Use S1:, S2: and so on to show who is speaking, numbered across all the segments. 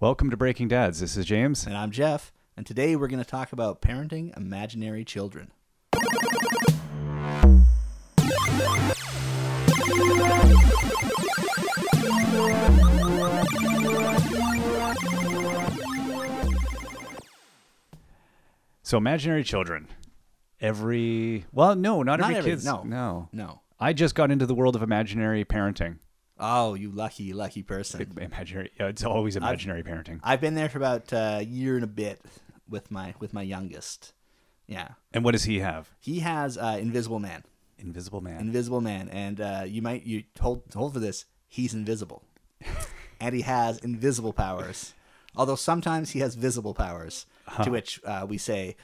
S1: Welcome to Breaking Dads. This is James.
S2: And I'm Jeff, and today we're going to talk about parenting imaginary children.
S1: So, imaginary children. Every well, no, not,
S2: Not
S1: every,
S2: every-
S1: kid's
S2: no.
S1: no.
S2: No.
S1: I just got into the world of imaginary parenting.
S2: Oh, you lucky, lucky person.
S1: Imaginary. Yeah, it's always imaginary parenting.
S2: I've been there for about uh, a year and a bit with my with my youngest. Yeah,
S1: And what does he have?
S2: he has uh, Invisible Man.
S1: Invisible man.
S2: Invisible Man, and uh, you might you hold hold for this. He's invisible, and he has invisible powers. Although sometimes he has visible powers, to which uh, we say,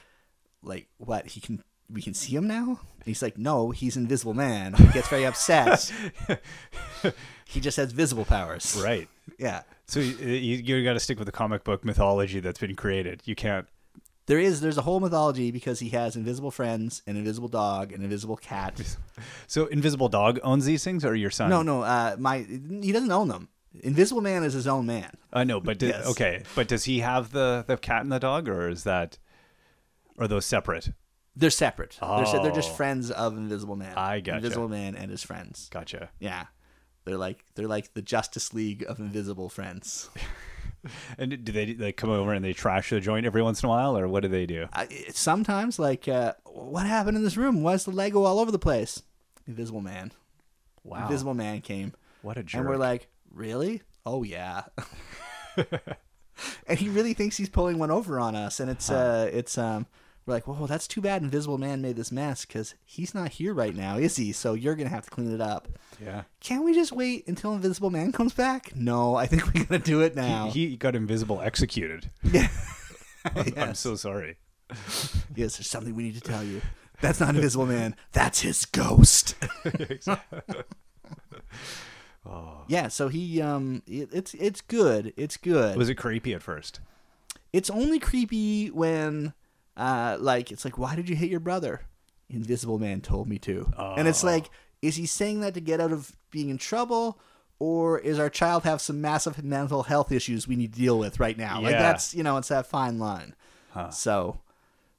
S2: like, what he can we can see him now. And he's like, no, he's Invisible Man. He gets very upset. he just has visible powers.
S1: right.
S2: Yeah.
S1: So you, you, you got to stick with the comic book mythology that's been created. You can't.
S2: There is there's a whole mythology because he has invisible friends, an invisible dog, an invisible cat.
S1: So invisible dog owns these things, or your son?
S2: No, no, uh, my he doesn't own them. Invisible Man is his own man.
S1: I know, but do-
S2: Yes.
S1: okay, but does he have the the cat and the dog, or is that, are those separate?
S2: They're separate. They're, se- they're just
S1: Oh.
S2: friends of Invisible Man.
S1: I gotcha.
S2: Invisible Man and his friends.
S1: Gotcha.
S2: Yeah, they're like they're like the Justice League of Invisible Friends.
S1: And do they like come over and they trash the joint every once in a while, or what do they do?
S2: I, it- sometimes, like, uh, what happened in this room? Why is the Lego all over the place? Invisible Man.
S1: Wow,
S2: Invisible Man came,
S1: what a jerk!
S2: and we're like, really? Oh yeah. and he really thinks he's pulling one over on us, and it's uh, it's um. We're like, whoa, that's too bad Invisible Man made this mess because he's not here right now, is he? So you're going to have to clean it up.
S1: yeah,
S2: Can't we just wait until Invisible Man comes back? No, I think we're gonna do it now.
S1: he got invisible executed.
S2: Yeah.
S1: I'm
S2: yes.
S1: so sorry.
S2: yes, there's something we need to tell you. That's not Invisible Man. That's his ghost. yeah, so he um, it, it's it's good. It's good.
S1: Was it creepy at first?
S2: it's only creepy when, uh, like it's like, why did you hit your brother? Invisible Man told me to. And it's
S1: Oh.
S2: like, is he saying that to get out of being in trouble? Or is our child have some massive mental health issues we need to deal with right now? Like
S1: Yeah.
S2: that's you know it's that fine line. So,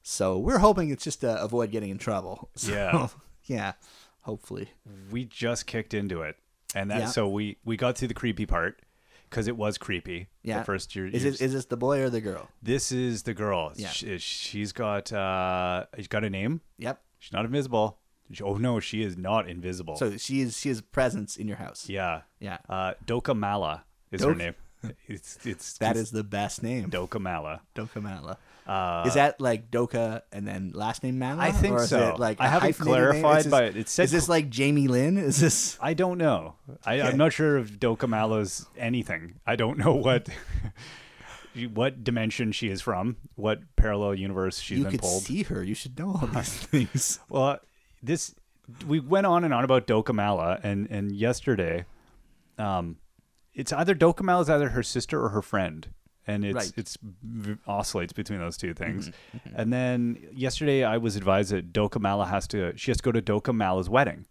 S2: so we're hoping it's just to avoid getting in trouble. So,
S1: Yeah.
S2: yeah, hopefully.
S1: We just kicked into it, and that
S2: Yeah.
S1: so we we got through the creepy part because it was creepy.
S2: Yeah.
S1: the first year.
S2: Is it is this the boy or the girl?
S1: this is the girl.
S2: Yeah.
S1: She, she's got uh, she's got a name.
S2: Yep.
S1: She's not invisible. She- oh no, she is not invisible.
S2: So she is she is presence in your house.
S1: yeah,
S2: Yeah.
S1: Uh, Doka Mala is her
S2: Dok-
S1: name. It's it's
S2: That is the best name.
S1: Doka Mala.
S2: Doka Mala.
S1: Uh,
S2: is that like Doka and then last name Mala?
S1: I think
S2: or is
S1: so.
S2: It like
S1: I
S2: a
S1: haven't
S2: hyphenated name?
S1: clarified,
S2: Is this-
S1: but it said-
S2: Is this like Jamie Lynn? Is this?
S1: I don't know. I, I'm not sure of Doka Mala's anything. I don't know what what dimension she is from, what parallel universe she's
S2: You
S1: been
S2: could
S1: pulled.
S2: see her. You should know all these things.
S1: Well, this we went on and on about Dokamala, and and yesterday, um, it's either Dokamala is either her sister or her friend, and it's
S2: Right. Mm-hmm.
S1: it's v- oscillates between those two things. And then yesterday, I was advised that Dokamala has to she has to go to Dokamala's wedding,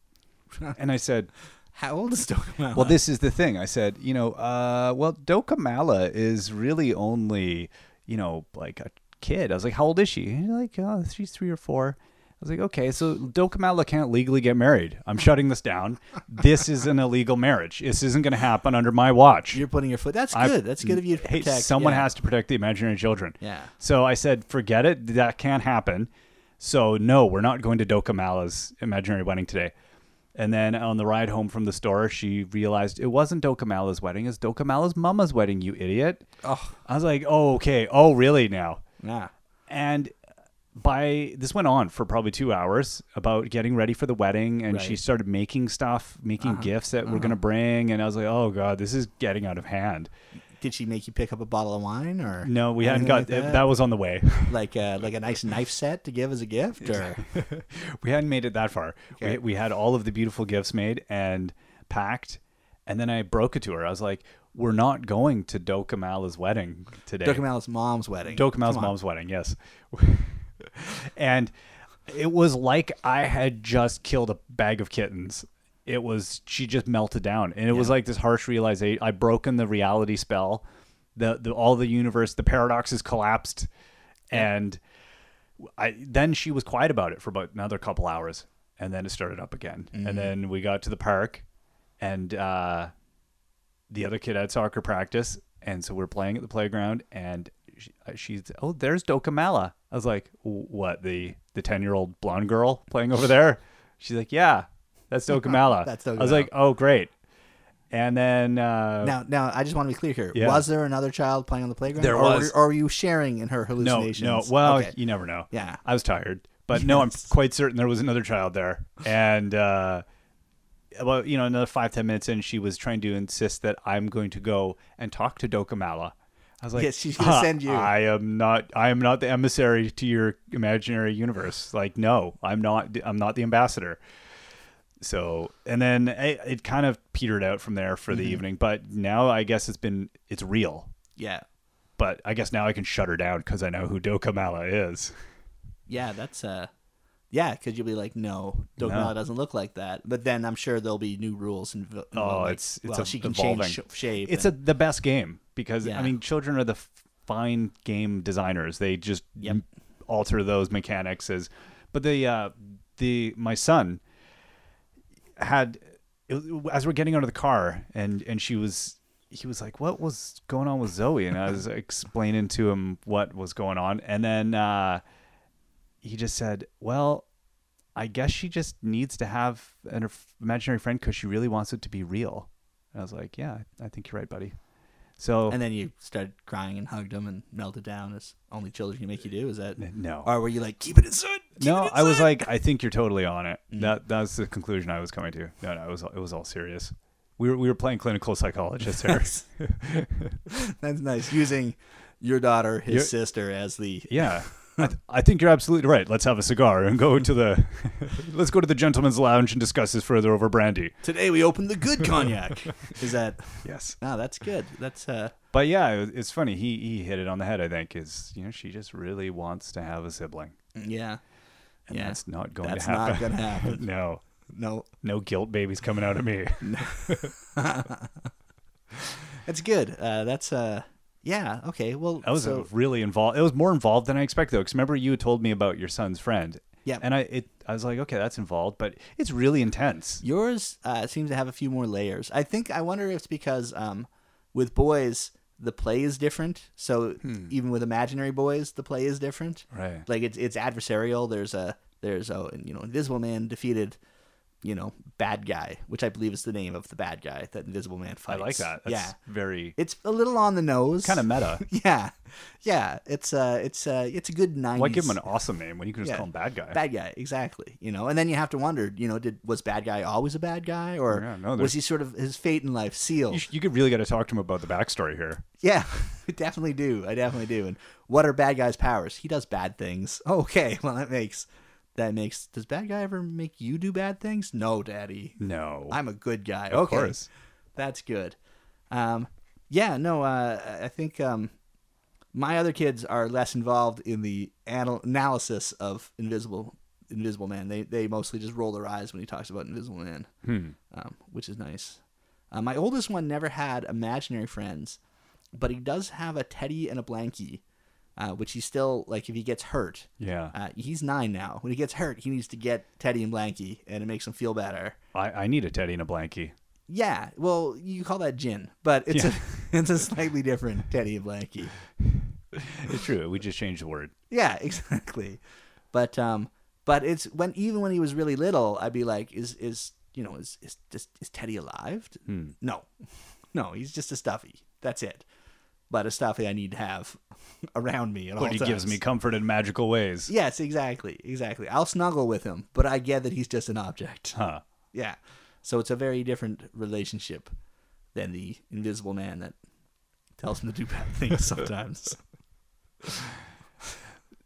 S1: and I said,
S2: How old is Doka Mala?
S1: well, this is the thing. I said, you know, uh, well, Dokamala is really only, you know, like a kid. I was like, how old is she? And you're like, oh, she's three or four. I was like, okay, so Dokamala can't legally get married. I'm shutting this down. This is an illegal marriage. This isn't going to happen under my watch.
S2: You're putting your foot. That's
S1: I'm-
S2: good. That's good of you to
S1: Hey,
S2: protect.
S1: someone
S2: yeah.
S1: has to protect the imaginary children.
S2: Yeah.
S1: So I said, forget it. That can't happen. So no, we're not going to Dokamala's imaginary wedding today. And then on the ride home from the store, she realized it wasn't Dokamala's wedding. It's Dokamala's mama's wedding, you idiot.
S2: Oh,
S1: I was like, oh, okay. Oh, really now?
S2: yeah.
S1: And by this went on for probably two hours about getting ready for the wedding. And she
S2: Right. Uh-huh.
S1: started making stuff, making gifts that we're going to bring. And I was like, oh, God, this is getting out of hand.
S2: Did she make you pick up a bottle of wine or?
S1: No, we hadn't
S2: anything
S1: got
S2: like that.
S1: that was on the way.
S2: Like a, like a nice knife set to give as a gift, or
S1: we hadn't made it that far.
S2: Okay.
S1: We, we had all of the beautiful gifts made and packed. And then I broke it to her. I was like, we're not going to Dokamala's wedding today.
S2: Doka Mala's mom's wedding.
S1: Dokamala's
S2: Come on.
S1: mom's wedding, yes. and it was like I had just killed a bag of kittens. It was, she just melted down. And it was like this harsh realization. I broken the reality spell the, the all the universe, the paradox has collapsed, and I then she was quiet about it for about another couple hours, and then it started up again,
S2: Mm.
S1: and then we got to the park, and uh, the other kid had soccer practice, and so we are playing at the playground, and she, uh, she's oh, there's Dokamala. I was like, what the the ten year old blonde girl playing over there? She's like, yeah, that's Dokamala.
S2: That's
S1: I was
S2: Dokamala.
S1: like, oh great. And then uh,
S2: Now, now, I just want to be clear here.
S1: Yeah.
S2: Was there another child playing on the playground?
S1: There
S2: or
S1: was.
S2: Were, or were you sharing in her
S1: no,
S2: hallucinations?
S1: no, well,
S2: Okay.
S1: you never know.
S2: yeah.
S1: I was tired, but no, I'm quite certain there was another child there. And uh, about you know another five ten minutes in, she was trying to insist that I'm going to go and talk to Dokamala. I was like,
S2: Yes, she's gonna
S1: "Uh,
S2: send you."
S1: I am not. I am not the emissary to your imaginary universe. Like, no, I'm not. I'm not the ambassador. So, and then it, it kind of petered out from there for the
S2: Mm-hmm.
S1: evening. But now I guess it's been it's real.
S2: Yeah.
S1: But I guess now I can shut her down because I know who Dokamala is.
S2: Yeah, that's uh yeah, because you'll be like, no, Dogmata doesn't look like that. But then I'm sure there'll be new rules and oh,
S1: Oh,
S2: like,
S1: it's- it's
S2: well,
S1: a-
S2: she can
S1: evolving.
S2: change sh- shape.
S1: it's
S2: and-
S1: a, the best game because
S2: Yeah.
S1: I mean, children are the f- fine game designers. They just
S2: Yep.
S1: m- alter those mechanics as, but the uh, the my son had it- as we're getting out of the car and and she was he was like what was going on with zoe and i was explaining to him what was going on and then uh he just said well i guess she just needs to have an f- imaginary friend because she really wants it to be real and i was like yeah i think you're right buddy so
S2: and then you started crying and hugged him and melted down as only children can make you do. Is that
S1: no
S2: or were you like keep it inside? keep
S1: no
S2: it
S1: i was
S2: inside."
S1: like Mm-hmm. i think you're totally on it that that's the conclusion i was coming to no no it was it was all serious we were, we were playing clinical psychologist here
S2: that's nice using your daughter, his
S1: Your-
S2: sister as the
S1: Yeah. I, th- I think you're absolutely right. Let's have a cigar and go to the let's go to the gentleman's lounge and discuss this further over brandy.
S2: today we opened the good cognac. Is that
S1: Yes.
S2: no? That's good. That's uh
S1: But yeah, it, it's funny. He he hit it on the head. I think is you know she just really wants to have a sibling,
S2: yeah.
S1: and
S2: yeah.
S1: that's not going
S2: That's
S1: to happen.
S2: not gonna happen.
S1: no,
S2: No,
S1: no guilt babies coming out of me.
S2: That's good. Uh, that's uh, yeah. Okay. Well,
S1: That was a
S2: so,
S1: really involved. It was more involved than I expected though, because remember you told me about your son's friend.
S2: Yep.
S1: And I it I was like, okay, that's involved, but it's really intense.
S2: yours uh, seems to have a few more layers. I think I wonder if it's because um, with boys the play is different. So even with imaginary boys, the play is different.
S1: Hmm. Right.
S2: Like it's it's adversarial. There's a there's a you know Invisible Man defeated you know bad guy, which I believe is the name of the bad guy that Invisible Man
S1: I
S2: fights.
S1: like that. That's
S2: yeah.
S1: Very
S2: It's a little on the nose.
S1: kind of meta.
S2: Yeah. Yeah. It's uh it's uh it's a good 90s.
S1: Why give him an awesome name when you can just
S2: Yeah.
S1: call him bad guy?
S2: bad guy exactly you know and then you have to wonder you know did was bad guy always a bad guy or
S1: Yeah, no,
S2: was
S1: there's-
S2: he sort of his fate in life sealed
S1: You, sh- you could really got to talk to him about the backstory here.
S2: yeah i definitely do i definitely do and what are bad guy's powers he does bad things okay well that makes that makes does bad guy ever make you do bad things no daddy
S1: No,
S2: i'm a good guy okay
S1: course.
S2: that's good um yeah no uh i I think um my other kids are less involved in the anal- analysis of Invisible Invisible Man. They they mostly just roll their eyes when he talks about Invisible Man, um, which is nice. Uh, my oldest one never had imaginary friends, but he does have a teddy and a blankie, uh, which he still like. If he gets hurt,
S1: Yeah.
S2: uh, he's nine now. When he gets hurt, he needs to get teddy and blankie, and it makes him feel better.
S1: I, I need a teddy and a blankie.
S2: Yeah, well, you call that gin, but it's a it's a slightly different teddy and blankie.
S1: It's true. We just changed the word.
S2: Yeah, exactly. But um, but it's when even when he was really little, I'd be like, is is you know is is is, is Teddy alive?
S1: Hmm.
S2: No, no, he's just a stuffy. That's it. But a stuffy I need to have around me at all
S1: But he
S2: times.
S1: gives me comfort in magical ways.
S2: Yes, exactly, exactly. I'll snuggle with him, but I get that he's just an object.
S1: Huh.
S2: Yeah. So it's a very different relationship than the invisible man that tells him to do bad things sometimes.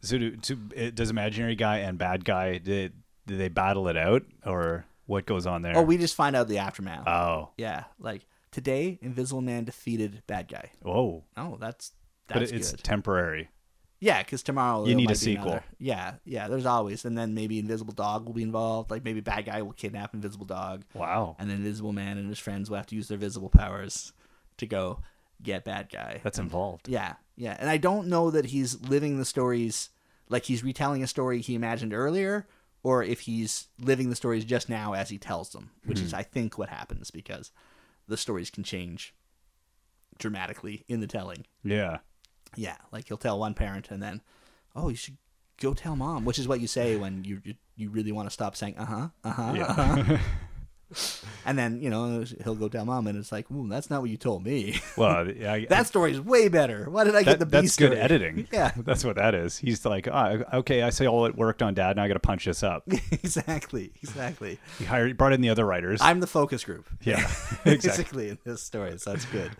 S1: So do, to, it, does imaginary guy and bad guy did, did they battle it out or what goes on there?
S2: oh, we just find out the aftermath.
S1: oh,
S2: Yeah, like today, Invisible Man defeated bad guy.
S1: whoa!
S2: Oh, that's
S1: But
S2: that's
S1: it's
S2: good.
S1: temporary.
S2: yeah, because tomorrow
S1: You
S2: there
S1: need a
S2: might be
S1: sequel.
S2: another. Yeah, yeah. There's always, and then maybe Invisible Dog will be involved. Like maybe bad guy will kidnap Invisible Dog,
S1: Wow.
S2: and then Invisible Man and his friends will have to use their visible powers to go yeah, bad guy.
S1: that's involved.
S2: Yeah, yeah. And I don't know that he's living the stories like he's retelling a story he imagined earlier, or if he's living the stories just now as he tells them, which
S1: Hmm.
S2: is I think what happens because the stories can change dramatically in the telling.
S1: Yeah.
S2: Yeah, like he'll tell one parent and then, oh, you should go tell mom, which is what you say when you you, you really want to stop saying uh huh, uh huh,
S1: Yeah.
S2: and then you know he'll go tell mom, and it's like, ooh, that's not what you told me.
S1: well, I,
S2: that story's way better. Why did I get the
S1: That-
S2: B
S1: that's good
S2: story?
S1: editing.
S2: Yeah.
S1: that's what that is. He's like, ah, okay, I say all it worked on Dad. Now I got to punch this up.
S2: exactly, exactly.
S1: He hired, he brought in the other writers.
S2: I'm the focus group.
S1: yeah, exactly.
S2: Basically, in this story, so that's good.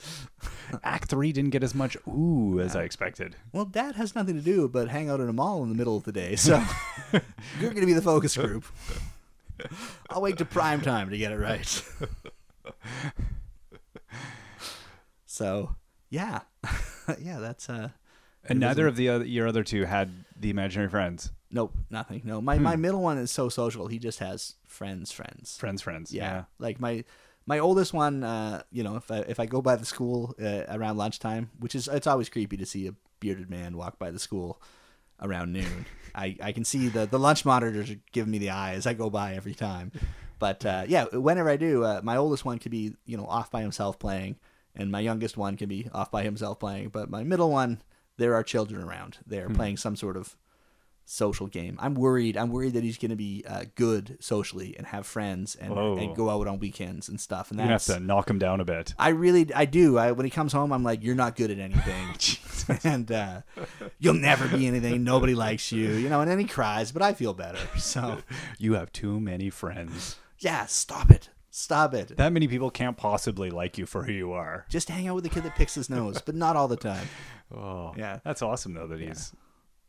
S1: Act three didn't get as much ooh as I expected.
S2: Well, dad has nothing to do but hang out in a mall in the middle of the day, so you're going to be the focus group. I'll wait to prime time to get it right. so, yeah, yeah, that's uh,
S1: And neither of the other, your other two had the imaginary friends,
S2: nope, nothing. No, my
S1: Hmm.
S2: my middle one is so social. He just has friends, friends.
S1: friends, friends.
S2: yeah. Like my my oldest one, uh, you know, if I if I go by the school uh, around lunchtime, which is it's always creepy to see a bearded man walk by the school around noon. I, I can see the the lunch monitors are giving me the eye as I go by every time. But uh, yeah, whenever I do, uh, my oldest one could be you know off by himself playing, and my youngest one can be off by himself playing. But my middle one, there are children around. They're playing some sort of social game. I'm worried. I'm worried that he's going to be uh, good socially and have friends and,
S1: Whoa.
S2: and go out on weekends and stuff. And
S1: Oh. you have
S2: that's
S1: to knock him down a bit.
S2: I really I do. I when he comes home, I'm like, you're not good at anything, and uh, you'll never be anything. Nobody likes you, you know. And then he cries, but I feel better. So
S1: You have too many friends.
S2: yeah, stop it, stop it.
S1: That many people can't possibly like you for who you are.
S2: Just hang out with the kid that picks his nose, but not all the time.
S1: Oh,
S2: Yeah.
S1: That's awesome though that he's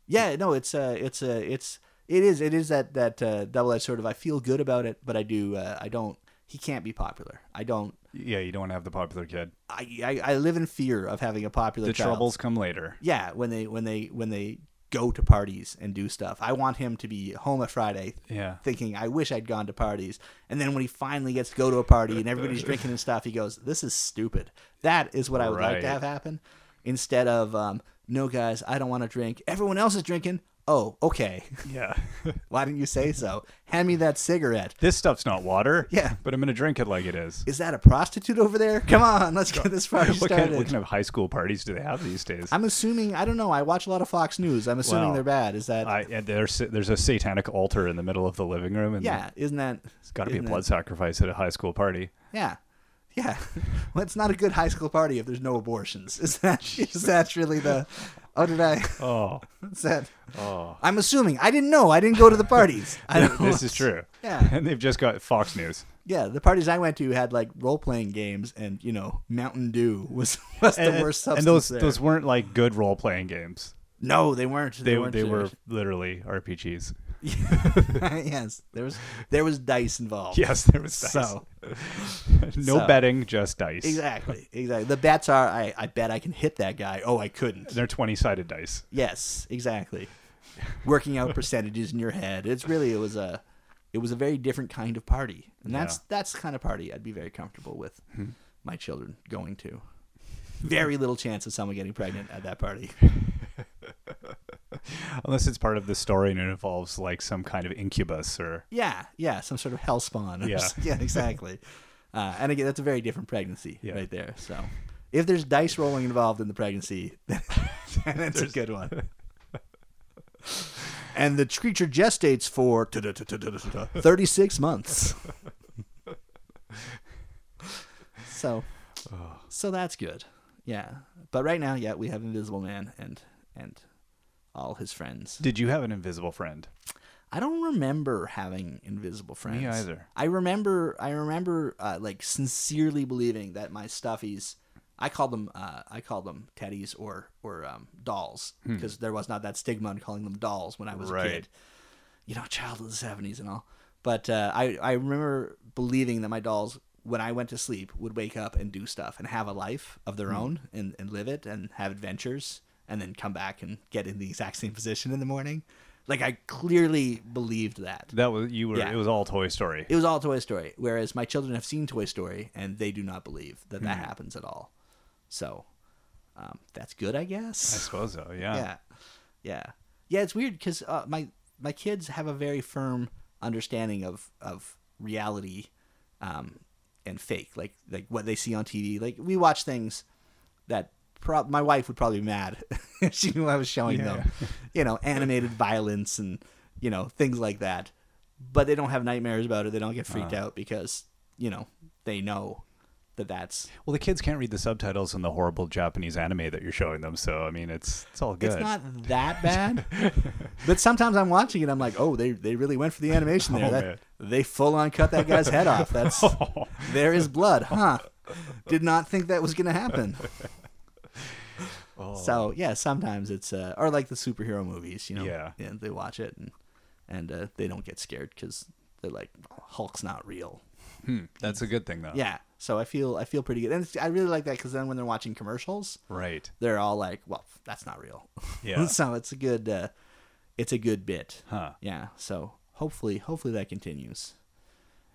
S2: Yeah, no, it's uh, it's uh, it's it is it is that that uh, double edged sort of. I feel good about it, but I do uh, I don't. He can't be popular. I don't.
S1: yeah. You don't want to have the popular kid.
S2: I, I I live in fear of having a popular
S1: The
S2: child.
S1: troubles come later.
S2: Yeah, when they when they when they go to parties and do stuff. I want him to be home at Friday
S1: Yeah.
S2: thinking, I wish I'd gone to parties. And then when he finally gets to go to a party and everybody's drinking and stuff, he goes, This is stupid. That is what I would like
S1: Right.
S2: to have happen. Instead of um, no guys, I don't want to drink. Everyone else is drinking. Oh, okay.
S1: Yeah.
S2: Why didn't you say so? Hand me that cigarette.
S1: this stuff's not water.
S2: Yeah.
S1: But I'm gonna drink it like it is.
S2: Is that a prostitute over there? Come on, let's get this party
S1: what kind,
S2: started.
S1: what kind of high school parties do they have these days?
S2: I'm assuming I don't know. I watch a lot of Fox News. I'm assuming
S1: Well,
S2: they're bad. Is that
S1: I, and there's there's a satanic altar in the middle of the living room, and
S2: yeah? Isn't that
S1: it's got to be a
S2: isn't that-
S1: blood sacrifice at a high school party.
S2: Yeah. Yeah. Well, it's not a good high school party if there's no abortions. Is that is that really the Oh did I
S1: Oh,
S2: is that
S1: oh,
S2: I'm assuming. I didn't know. I didn't go to the parties. I don't
S1: this is true.
S2: Yeah.
S1: and they've just got Fox News.
S2: Yeah, the parties I went to had like role playing games and, you know, Mountain Dew was, was the
S1: and,
S2: worst
S1: and
S2: substance.
S1: those
S2: there.
S1: those weren't like good role playing games.
S2: No, they weren't.
S1: They
S2: They,
S1: they were,
S2: weren't serious.
S1: literally RPGs.
S2: yes. There was there was dice involved.
S1: Yes, there was dice.
S2: So
S1: no
S2: so-
S1: betting, just dice.
S2: exactly. Exactly. The bets are I, I bet I can hit that guy. Oh I couldn't.
S1: They're twenty sided dice.
S2: Yes, exactly. Working out percentages in your head. It's really it was a it was a very different kind of party. And that's
S1: Yeah. Hmm.
S2: that's the kind of party I'd be very comfortable with my children going to. Very little chance of someone getting pregnant at that party.
S1: Unless it's part of the story and it involves like some kind of incubus or
S2: Yeah, yeah, some sort of hell spawn.
S1: Yeah.
S2: yeah, exactly. Uh, and again, that's a very different pregnancy
S1: Yeah.
S2: right there. So, if there's dice rolling involved in the pregnancy, then that's a good one. And the creature gestates for 36 months. So,
S1: Oh.
S2: so that's good. Yeah. But right now, yeah, we have Invisible Man and and all his friends.
S1: Did you have an invisible friend?
S2: I don't remember having invisible friends.
S1: either.
S2: I remember. I remember uh, like sincerely believing that my stuffies. I called them. Uh, I called them teddies or or um, dolls because there was not that stigma on calling them dolls when I was a
S1: Hmm. Right.
S2: kid. You know, child of the seventies and all. But uh, I I remember believing that my dolls when I went to sleep would wake up and do stuff and have a life of their own and, and live it and have adventures and then come back and get in the exact same position in the morning. Like I clearly believed that.
S1: That was you were.
S2: Yeah.
S1: It was all Toy Story.
S2: It was all Toy Story. Whereas my children have seen Toy Story and they do not believe that that happens at all. So Um, that's good, I guess.
S1: I suppose so.
S2: yeah, yeah, yeah. It's weird because uh, my my kids have a very firm understanding of of reality um, and fake, like like what they see on TV. Like we watch things that pro- my wife would probably be mad if she knew I was showing
S1: Yeah.
S2: them, you know, animated violence and you know things like that. But they don't have nightmares about it. They don't get freaked out because you know they know that that's
S1: Well, the kids can't read the subtitles in the horrible Japanese anime that you're showing them, so I mean, it's it's all good.
S2: It's not that bad. but sometimes I'm watching it, I'm like, oh, they, they really went for the animation there.
S1: Oh,
S2: That-
S1: man.
S2: they full on cut that guy's head off. That's there is blood, huh? Did not think that was gonna happen. So yeah, sometimes it's uh, or like the superhero movies, you know.
S1: Yeah.
S2: they watch it and and uh, they don't get scared because they're like Hulk's not real.
S1: Hmm, that's a good thing, though.
S2: Yeah, so I feel I feel pretty good, and it's, I really like that because then when they're watching commercials,
S1: Right.
S2: they're all like, "Well, that's not real."
S1: Yeah.
S2: so it's a good, uh, it's a good bit.
S1: Huh.
S2: Yeah. So hopefully, hopefully that continues.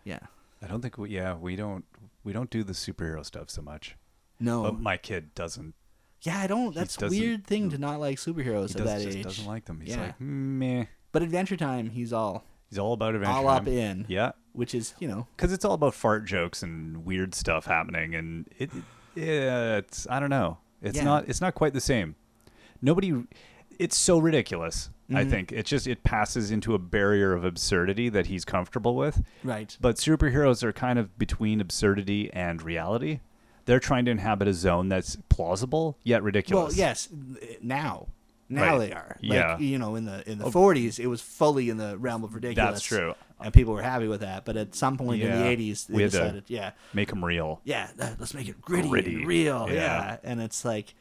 S2: Yeah.
S1: I don't think we. Yeah, we don't. We don't do the superhero stuff so much.
S2: No.
S1: But my kid doesn't.
S2: yeah, I don't. That's a
S1: doesn't-
S2: weird thing to not like
S1: He
S2: superheroes at
S1: does,
S2: that
S1: just
S2: age.
S1: doesn't like them. He's
S2: yeah.
S1: like, meh.
S2: but Adventure Time, he's all
S1: He's all about adventure.
S2: all up
S1: time.
S2: in.
S1: Yeah.
S2: Which is you know
S1: because it's all about fart jokes and weird stuff happening, and it, it yeah, it's I don't know, it's
S2: Yeah.
S1: not it's not quite the same. Nobody, it's so ridiculous.
S2: Mm-hmm.
S1: I think it's just it passes into a barrier of absurdity that he's comfortable with.
S2: right.
S1: But superheroes are kind of between absurdity and reality. They're trying to inhabit a zone that's plausible yet
S2: Well,
S1: ridiculous.
S2: yes. Now. Now
S1: Right.
S2: they are. Like,
S1: Yeah. Oh.
S2: You know, in the in the forties, it was fully in the realm of ridiculous.
S1: true.
S2: And people were happy with that. But at some point in
S1: Yeah.
S2: the eighties, they
S1: We had to-
S2: decided, yeah,
S1: make them real.
S2: yeah, that- let's make it gritty,
S1: Gritty.
S2: and real.
S1: Yeah.
S2: Yeah. And it's like,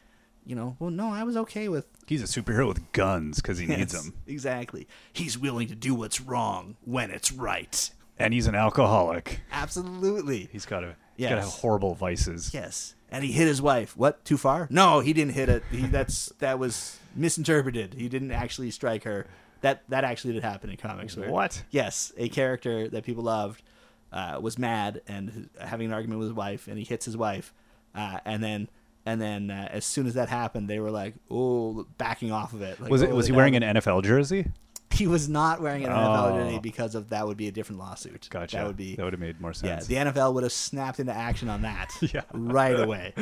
S2: you know, well, no, I was okay with.
S1: He's a superhero with guns because he needs
S2: Yes,
S1: them,
S2: Exactly. He's willing to do what's wrong when it's right.
S1: and he's an alcoholic.
S2: Absolutely.
S1: He's got to he's got to have
S2: Yes.
S1: horrible vices.
S2: Yes. And he hit his wife. What? Too far? No, he didn't hit it. He, that's that was misinterpreted. He didn't actually strike her. That that actually did happen in comics. where-
S1: What?
S2: Yes, a character that people loved uh, was mad and having an argument with his wife, and he hits his wife, uh, and then and then uh, as soon as that happened, they were like, "Oh, backing off of it." Like,
S1: Was it
S2: "Oh,
S1: was he
S2: that-
S1: wearing an NFL jersey?
S2: He was not wearing an NFL
S1: Oh.
S2: jersey because of that would be a different lawsuit.
S1: Gotcha.
S2: That would be
S1: that would have made more
S2: yeah,
S1: sense.
S2: the NFL would have snapped into action on that
S1: Yeah.
S2: right away.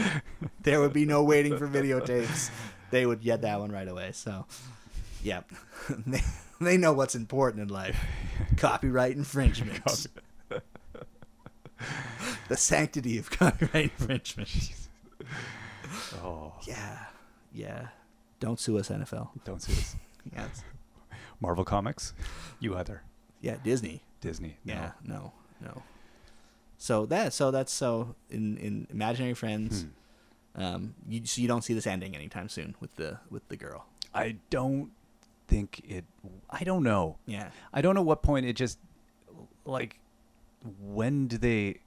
S2: there would be no waiting for videotapes. They would get that one right away. So, yeah, they, they know what's important in life copyright infringement. the sanctity of copyright infringement.
S1: oh,
S2: Yeah, yeah. Don't sue us, NFL.
S1: don't sue us.
S2: Yes.
S1: Marvel Comics, you either
S2: Yeah, Disney.
S1: Disney. No.
S2: Yeah, no, no. So that so that's so in in imaginary friends,
S1: Hmm.
S2: um, you so you don't see this ending anytime soon with the with the girl.
S1: I don't think it. I don't know.
S2: Yeah,
S1: I don't know what point it just like when do they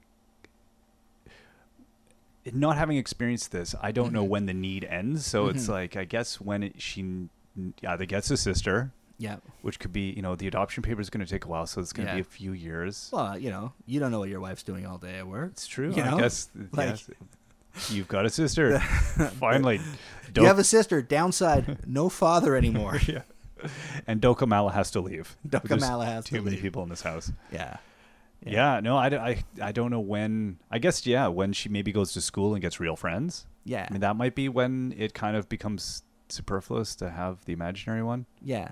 S1: not having experienced this i don't
S2: Mm-hmm.
S1: know when the need ends so it's like i guess when it, she n- either gets a sister
S2: yeah.
S1: which could be you know the adoption paper is going to take a while so it's going to
S2: Yeah.
S1: be a few years
S2: Well, you know, you don't know what your wife's doing all day at work.
S1: It's true.
S2: You
S1: I
S2: know?
S1: guess
S2: Like-
S1: yes. you've got a sister. Finally, Do-
S2: You have a sister. Downside, no father anymore.
S1: and Dokamala has to leave.
S2: Doka
S1: There's
S2: Mala has
S1: too
S2: to
S1: many
S2: leave.
S1: people in this house.
S2: yeah,
S1: Yeah. no, I, d- I- I don't know when. I guess yeah, when she maybe goes to school and gets real friends.
S2: yeah,
S1: I mean, that might be when it kind of becomes superfluous to have the imaginary one.
S2: yeah.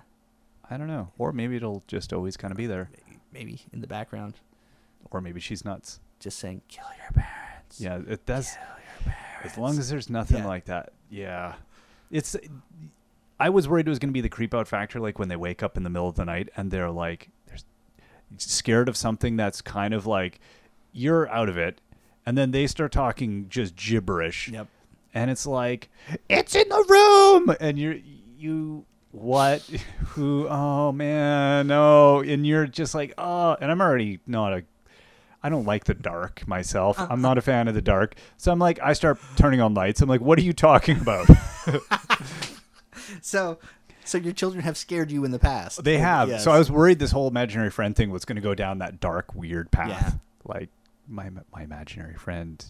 S1: I don't know, or maybe it'll just always kind of be there,
S2: Maybe in the background,
S1: or maybe she's nuts.
S2: just saying, "Kill your parents."
S1: Yeah, it does.
S2: Kill your parents.
S1: As long as there's nothing
S2: Yeah.
S1: like that, yeah. It's. I was worried it was going to be the creep out factor, like when they wake up in the middle of the night and they're like, they're scared of something that's kind of like, you're out of it, and then they start talking just gibberish,
S2: Yep.
S1: and it's like, it's in the room, and you're you what who oh man no and you're just like oh and i'm already not a I don't like the dark myself. I'm not a
S2: Uh-huh.
S1: fan of the dark. So I'm like, I start turning on lights. I'm like, what are you talking about?
S2: So, so your children have scared you in the past.
S1: They have.
S2: Yes.
S1: So I was worried this whole imaginary friend thing was going to go down that dark, weird path.
S2: Yeah.
S1: Like my my imaginary friend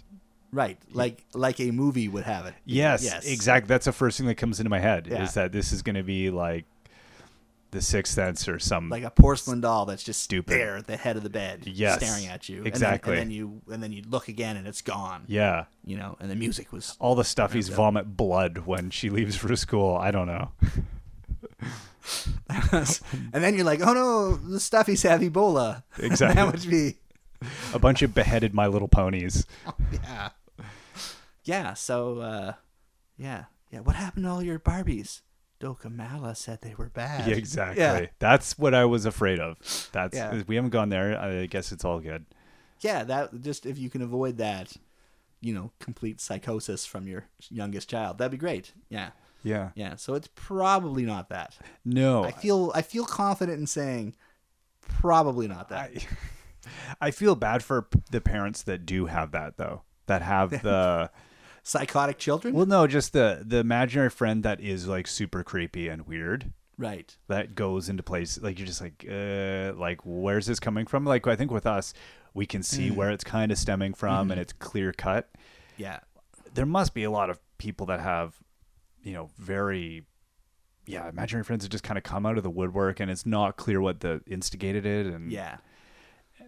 S2: Right, like like a movie would have it.
S1: Yes,
S2: Yes.
S1: exactly. That's the first thing that comes into my head
S2: Yeah.
S1: is that this is going to be like the Sixth Sense or some.
S2: Like a porcelain doll that's just
S1: Stupid.
S2: there at the head of the bed,
S1: Yes,
S2: staring at you.
S1: exactly.
S2: And then, and then you and then you look again and it's gone.
S1: yeah,
S2: You know, and the music was
S1: all the stuffies vomit blood when she leaves for school. I don't know.
S2: and then you're like, oh no, the stuffies have Ebola.
S1: Exactly.
S2: that would be,
S1: A bunch of beheaded My Little Ponies.
S2: yeah, yeah. So, uh, yeah, yeah. What happened to all your Barbies? Dokamala said they were bad.
S1: Yeah, exactly.
S2: Yeah,
S1: That's what I was afraid of. That's
S2: Yeah.
S1: we haven't gone there. I guess it's all good.
S2: yeah. That just if you can avoid that, you know, complete psychosis from your youngest child, that'd be great. Yeah,
S1: Yeah.
S2: yeah. So it's probably not that.
S1: No.
S2: I feel I feel confident in saying probably not that.
S1: I, I feel bad for p- the parents that do have that though. That have the
S2: Psychotic children.
S1: well, no, just the the imaginary friend that is like super creepy and weird.
S2: right.
S1: That goes into place. Like you're just like, uh, like where's this coming from? Like I think with us, we can see where it's kind of stemming from, and it's clear cut.
S2: Yeah.
S1: there must be a lot of people that have, you know, very, yeah, imaginary friends that just kind of come out of the woodwork and it's not clear what the instigated it and
S2: Yeah.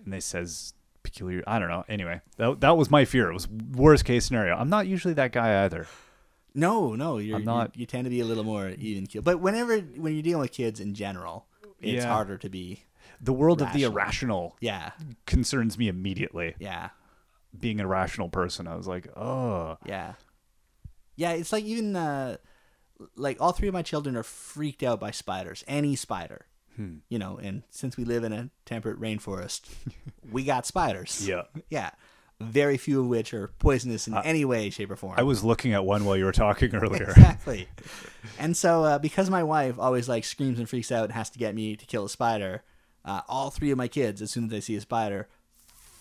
S1: and they says peculiar. I don't know. Anyway, that that was my fear. It was worst case scenario. I'm not usually that guy either.
S2: No, no, you're,
S1: I'm
S2: you're-
S1: not-
S2: You, tend to be a little more even keel. But whenever when you're dealing with kids in general, it's
S1: Yeah.
S2: harder to be.
S1: The world of the irrational
S2: Rational. Yeah,
S1: concerns me immediately.
S2: yeah,
S1: Being a rational person, I was like, oh,
S2: yeah, yeah. It's like even uh, like all three of my children are freaked out by spiders, any spider.
S1: Hmm.
S2: You know, and since we live in a temperate rainforest, we got spiders.
S1: yeah.
S2: yeah. Very few of which are poisonous in any way, shape, or form.
S1: I was looking at one while you were talking earlier.
S2: exactly. And so, uh, because my wife always like screams and freaks out and has to get me to kill a spider, uh, all three of my kids, as soon as they see a spider,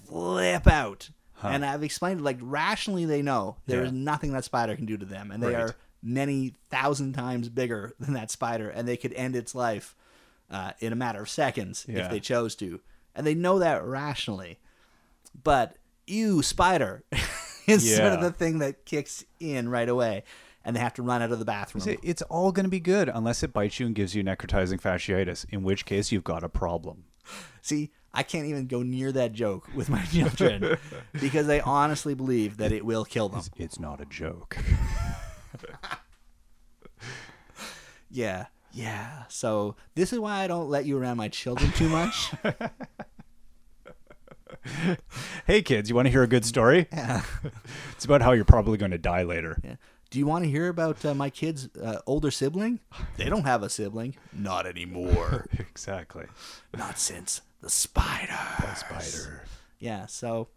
S2: flip out. And I've explained like rationally, they know there is
S1: Yeah.
S2: nothing that spider can do to them, and they
S1: Right.
S2: are many thousand times bigger than that spider, and they could end its life uh, in a matter of seconds
S1: Yeah.
S2: if they chose to. And they know that rationally, but ew, spider is sort
S1: Yeah.
S2: of the thing that kicks in right away, and they have to run out of the bathroom.
S1: It's- It's all going to be good unless it bites you and gives you necrotizing fasciitis, in which case you've got a problem.
S2: See, I can't even go near that joke with my children because they honestly believe that it will kill them.
S1: It's not a joke.
S2: Yeah, yeah. So this is why I don't let you around my children too much.
S1: Hey kids, you want to hear a good story?
S2: yeah.
S1: It's about how you're probably going to die later.
S2: Yeah. Do you want to hear about uh, my kid's uh, older sibling? They don't have a sibling. Not anymore.
S1: Exactly.
S2: Not since the spider.
S1: Spider.
S2: yeah so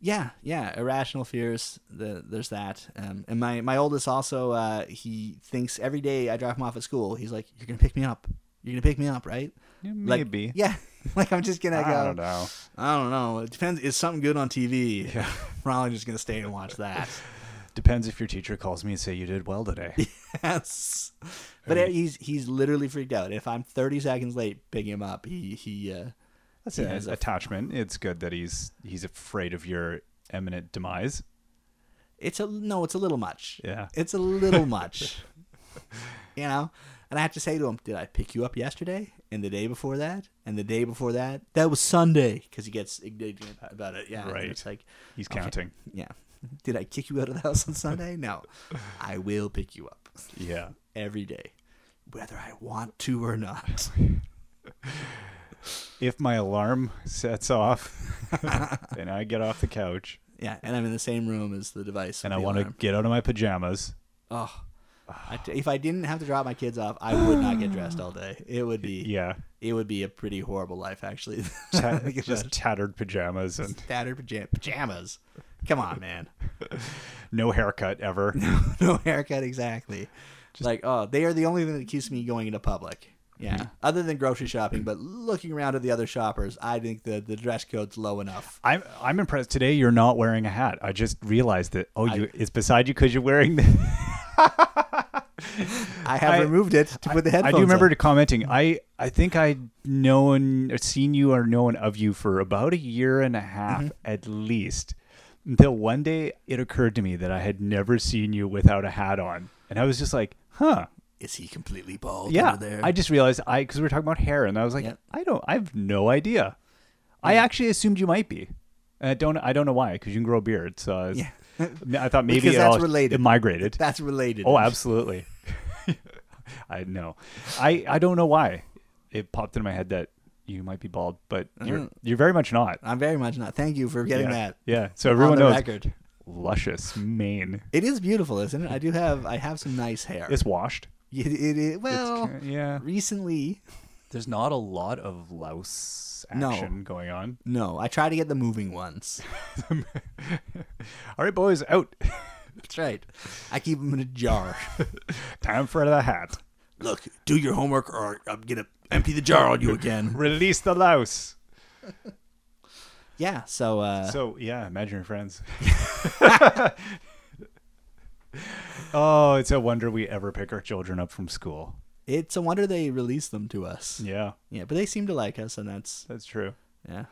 S2: yeah yeah irrational fears the, there's that um, and my, my oldest also uh, he thinks every day i drop him off at school he's like you're gonna pick me up you're gonna pick me up right
S1: Yeah,
S2: Like,
S1: maybe.
S2: yeah like i'm just gonna
S1: I,
S2: go
S1: don't know.
S2: I don't know it depends is something good on tv yeah probably just gonna stay and watch that
S1: Depends if your teacher calls me and say you did well today.
S2: yes but he's he's literally freaked out if i'm 30 seconds late picking him up he he uh
S1: That's
S2: he
S1: an
S2: has a
S1: attachment. It's good that he's he's afraid of your imminent demise.
S2: It's a no, it's a little much.
S1: Yeah.
S2: It's a little much. you know? And I have to say to him, "Did I pick you up yesterday and the day before that and the day before that? That was Sunday because he gets indignant about it. Yeah, and
S1: Right.
S2: It's like,
S1: He's
S2: Okay.
S1: counting.
S2: yeah, did I kick you out of the house on Sunday? No, I will pick you up
S1: Yeah.
S2: every day, whether I want to or not.
S1: If my alarm sets off and I get off the couch
S2: yeah, and I'm in the same room as the device. with
S1: and I
S2: the
S1: want to
S2: alarm.
S1: get out of my pajamas,
S2: Oh. I t- if I didn't have to drop my kids off, I would not get dressed all day. It would be
S1: yeah,
S2: It would be a pretty horrible life, actually.
S1: ta-
S2: Think about
S1: just
S2: it.
S1: tattered pajamas and
S2: tattered pajam- pajamas. Come on, man.
S1: no haircut ever.
S2: no haircut, exactly. like, oh, they are the only thing that keeps me going into public.
S1: Mm-hmm.
S2: Yeah. Other than grocery shopping, but looking around at the other shoppers, I think the, the dress code's low enough.
S1: I'm I'm impressed today. You're not wearing a hat. I just realized that. Oh, you it's beside you because you're wearing. The,
S2: I have
S1: I-
S2: removed it to put the
S1: I
S2: headphones.
S1: do remember
S2: on.
S1: commenting. I I think I
S2: Mm-hmm.
S1: known or seen you or known of you for about a year and a half at least, until one day it occurred to me that I had never seen you without a hat on. And I was just like, huh.
S2: Is he completely bald
S1: Yeah.
S2: over there?
S1: I just realized I, because we were talking about hair, and I was like,
S2: Yep.
S1: I don't, I have no idea. I actually assumed you might be. And I don't, I don't know why, because you can grow a beard. So I, was-
S2: Yeah.
S1: I thought maybe
S2: Because
S1: it,
S2: that's
S1: all-
S2: related.
S1: it migrated.
S2: That's related.
S1: Oh, absolutely. I know. I, I don't know why it popped into my head that you might be bald, but you're, you're very much not.
S2: Mm. I'm very much not. Thank you for
S1: Yeah.
S2: getting that.
S1: Yeah. So everyone
S2: on the
S1: knows.
S2: record.
S1: Luscious mane.
S2: It is beautiful, isn't it? I do have I have some nice hair.
S1: It's washed.
S2: It- it- it- well,
S1: kinda- yeah.
S2: recently,
S1: There's not a lot of louse
S2: No.
S1: action going on.
S2: no. I try to get the moving ones.
S1: All right, boys, out.
S2: That's right. I keep them in a jar.
S1: Time for the hat.
S2: Look, do your homework, or I'm gonna empty the jar on you again.
S1: Release the louse.
S2: yeah. So, uh,
S1: So yeah, imaginary friends. oh, it's a wonder we ever pick our children up from school.
S2: it's a wonder they released them to us. Yeah.
S1: Yeah,
S2: but they seem to like us, and that's
S1: that's true.
S2: yeah.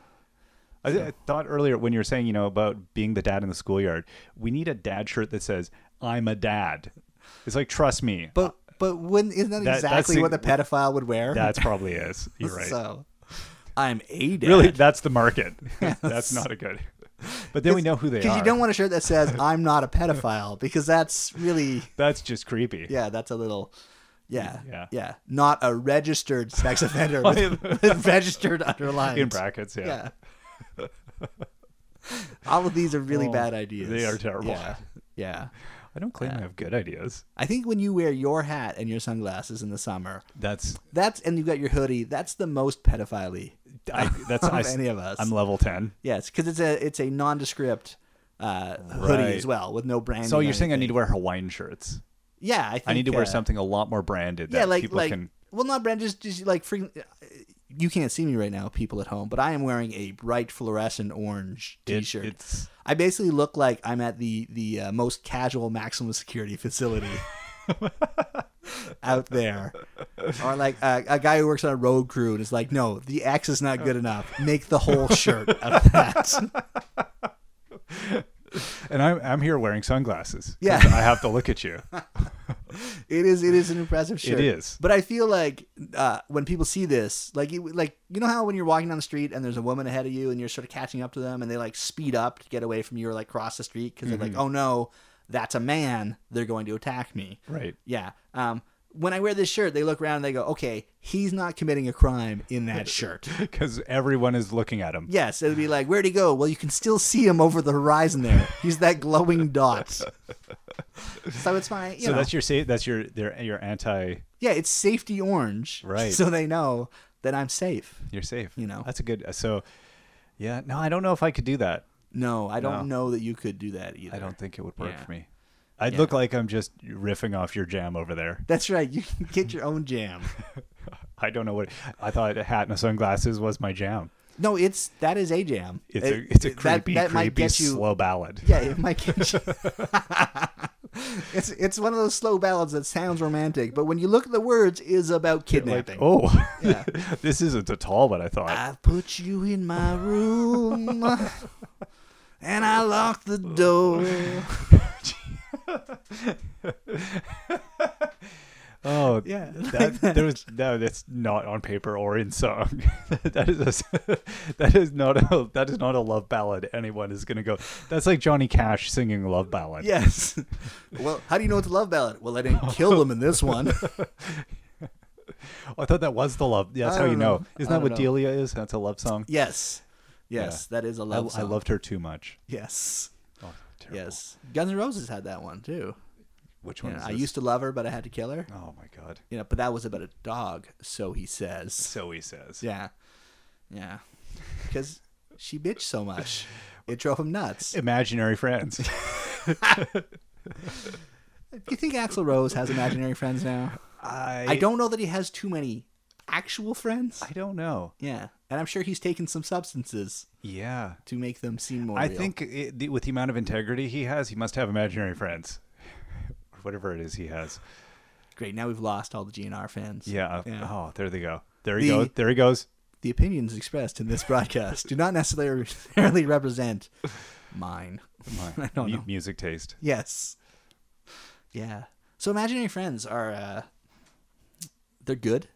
S1: I, I thought earlier when you were saying, you know, about being the dad in the schoolyard, we need a dad shirt that says, I'm a dad. It's like, trust me.
S2: But but when isn't Uh,
S1: That-
S2: that,
S1: that's
S2: exactly
S1: the-
S2: what the pedophile would wear?
S1: that's probably is. You're right.
S2: So, I'm a dad.
S1: Really, that's the market. that's not a good. But then we know who they
S2: Because
S1: are.
S2: you don't want a shirt that says "I'm not a pedophile" because that's really,
S1: that's just creepy.
S2: yeah, that's a little, yeah,
S1: Yeah.
S2: not a registered sex offender with, with registered underlines.
S1: In brackets, yeah.
S2: yeah. All of these are really
S1: Oh,
S2: bad ideas.
S1: they are terrible.
S2: Yeah, yeah.
S1: I don't claim I have good ideas.
S2: I think when you wear your hat and your sunglasses in the summer,
S1: That's
S2: that's and you got your hoodie. That's the most pedophile.
S1: I, that's
S2: Of
S1: I s-
S2: any of us.
S1: I'm level ten.
S2: Yes, because it's a it's a nondescript uh, hoodie
S1: Right.
S2: as well with no brand.
S1: So you're saying I need to wear Hawaiian shirts?
S2: Yeah, I, think,
S1: I need to wear
S2: uh,
S1: something a lot more branded. That
S2: Yeah, like
S1: people
S2: like
S1: can.
S2: well, not brand just just like freaking. You can't see me right now, people at home, but I am wearing a bright fluorescent orange
S1: it-
S2: T-shirt.
S1: it's
S2: I basically look like I'm at the the uh, most casual maximum security facility out there, or like a, a guy who works on a road crew and is like, "No, the X is not good enough. Make the whole shirt out of that."
S1: and I'm I'm here wearing sunglasses. 'cause
S2: Yeah.
S1: I have to look at you.
S2: it is it is an impressive shirt.
S1: is.
S2: but I feel like uh, when people see this, like you, like you know how when you're walking down the street and there's a woman ahead of you and you're sort of catching up to them and they like speed up to get away from you or like cross the street because they're like,
S1: Mm-hmm.
S2: "Oh no, that's a man. They're going to attack me."
S1: Right.
S2: Yeah. Um, when I wear this shirt, they look around and they go, okay, he's not committing a crime in that shirt.
S1: Because everyone is looking at him.
S2: yes, it'd be like, where'd he go? Well, you can still see him over the horizon there. He's that glowing dot. so it's my, you
S1: so
S2: know,
S1: that's your safe. That's your their, your anti.
S2: yeah, it's safety orange.
S1: Right.
S2: So they know that I'm safe.
S1: You're safe.
S2: You know.
S1: That's a good. So, yeah. No, I don't know if I could do that.
S2: No, I don't
S1: No.
S2: know that you could do that either.
S1: I don't think it would work
S2: Yeah.
S1: for me. I'd look like I'm just riffing off your jam over there.
S2: That's right. You can get your own jam.
S1: I don't know what I thought. A hat and sunglasses was my jam.
S2: No, it's that is a jam.
S1: It's
S2: It-
S1: a it's a
S2: that-
S1: creepy,
S2: that might
S1: creepy
S2: get you-
S1: slow ballad.
S2: Yeah, it might get you. it's it's one of those slow ballads that sounds romantic, but when you look at the words, is about
S1: Like,
S2: kidnapping.
S1: oh, this isn't at all what I thought.
S2: I put you in my room, and I locked the door.
S1: oh,
S2: yeah,
S1: That, there was no. That's not on paper or in song. that is a, s- that is not a that is not a love ballad. Anyone is gonna go. That's like Johnny Cash singing a love ballad.
S2: Yes. Well, how do you know it's a love ballad? Well, I didn't kill them in this one.
S1: Oh, I thought that was the love. Yeah, that's
S2: I
S1: how you
S2: don't
S1: know.
S2: know.
S1: Isn't that
S2: I don't
S1: what
S2: know.
S1: Delia is? That's a love song.
S2: Yes. Yes, that is a
S1: I,
S2: love
S1: I
S2: song.
S1: loved her too much.
S2: Yes.
S1: Oh, terrible.
S2: Yes. Guns N' Roses had that one too.
S1: Which
S2: You
S1: one?
S2: know,
S1: is
S2: I
S1: this?
S2: used to love her, but I had to kill her.
S1: Oh my god.
S2: You know, but that was about a dog, so he says.
S1: So he says.
S2: Yeah. Yeah. Because she bitched so much. It drove him nuts.
S1: Imaginary friends.
S2: Do you think Axl Rose has imaginary friends now?
S1: I
S2: I don't know that he has too many actual friends.
S1: I don't know.
S2: Yeah. And I'm sure he's taken some substances
S1: Yeah.
S2: to make them seem more
S1: I
S2: real.
S1: think it, the, with the amount of integrity he has, he must have imaginary friends. Or Whatever it is he has.
S2: Great. Now we've lost all the GNR fans.
S1: Yeah.
S2: Yeah.
S1: Oh, there they go. There he
S2: The-
S1: goes. There he goes.
S2: The opinions expressed in this broadcast do not necessarily represent mine.
S1: My
S2: I don't
S1: mu-
S2: know.
S1: music taste.
S2: Yes. Yeah. So imaginary friends are uh they're good.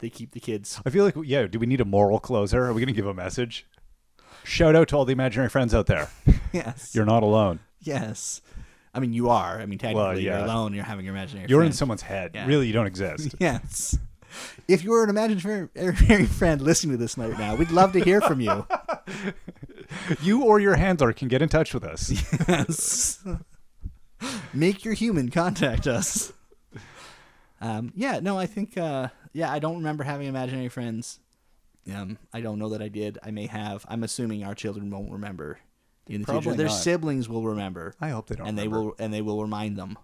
S2: They keep the kids.
S1: I feel like yeah. Do we need a moral closer? Are we going to give a message? Shout out to all the imaginary friends out there.
S2: Yes.
S1: You're not alone.
S2: yes. I mean you are. I mean technically
S1: yeah.
S2: you're alone, you're having your imaginary
S1: You're in
S2: friend.
S1: someone's head.
S2: Yeah.
S1: Really, you don't exist.
S2: Yes. If you're an imaginary friend listening to this right now, we'd love to hear from you.
S1: you or your handler can get in touch with us.
S2: Yes. Make your human contact us. Um, yeah, no, I think, uh, yeah, I don't remember having imaginary friends. Um, I don't know that I did. I may have. I'm assuming our children won't remember in the
S1: Probably
S2: future. Their
S1: not.
S2: siblings will remember,
S1: I hope they don't.
S2: and they
S1: remember.
S2: will, and they will remind them,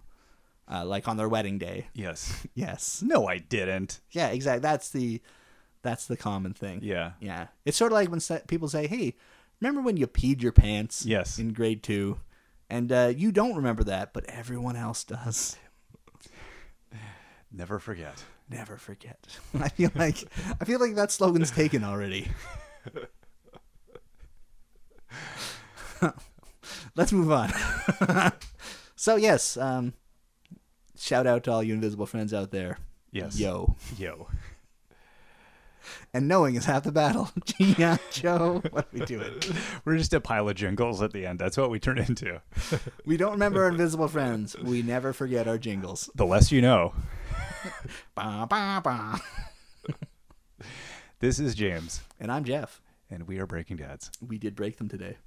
S2: uh, like on their wedding day.
S1: Yes.
S2: Yes.
S1: No, I didn't.
S2: Yeah. Exactly. That's the, that's the common thing.
S1: Yeah.
S2: Yeah. It's sort of like when se- people say, hey, remember when you peed your pants
S1: Yes.
S2: in grade two? And uh, you don't remember that, but everyone else does.
S1: Never forget.
S2: Never forget. I feel like I feel like that slogan's taken already. Let's move on. so yes, um, shout out to all you invisible friends out there.
S1: Yes.
S2: Yo.
S1: Yo.
S2: And knowing is half the battle. G.I. Joe. What are we doing?
S1: We're just a pile of jingles at the end. That's what we turn into.
S2: We don't remember our invisible friends. We never forget our jingles.
S1: The less you know.
S2: Ba, ba, ba.
S1: This is James,
S2: And I'm Jeff.
S1: and we are breaking dads.
S2: We did break them today.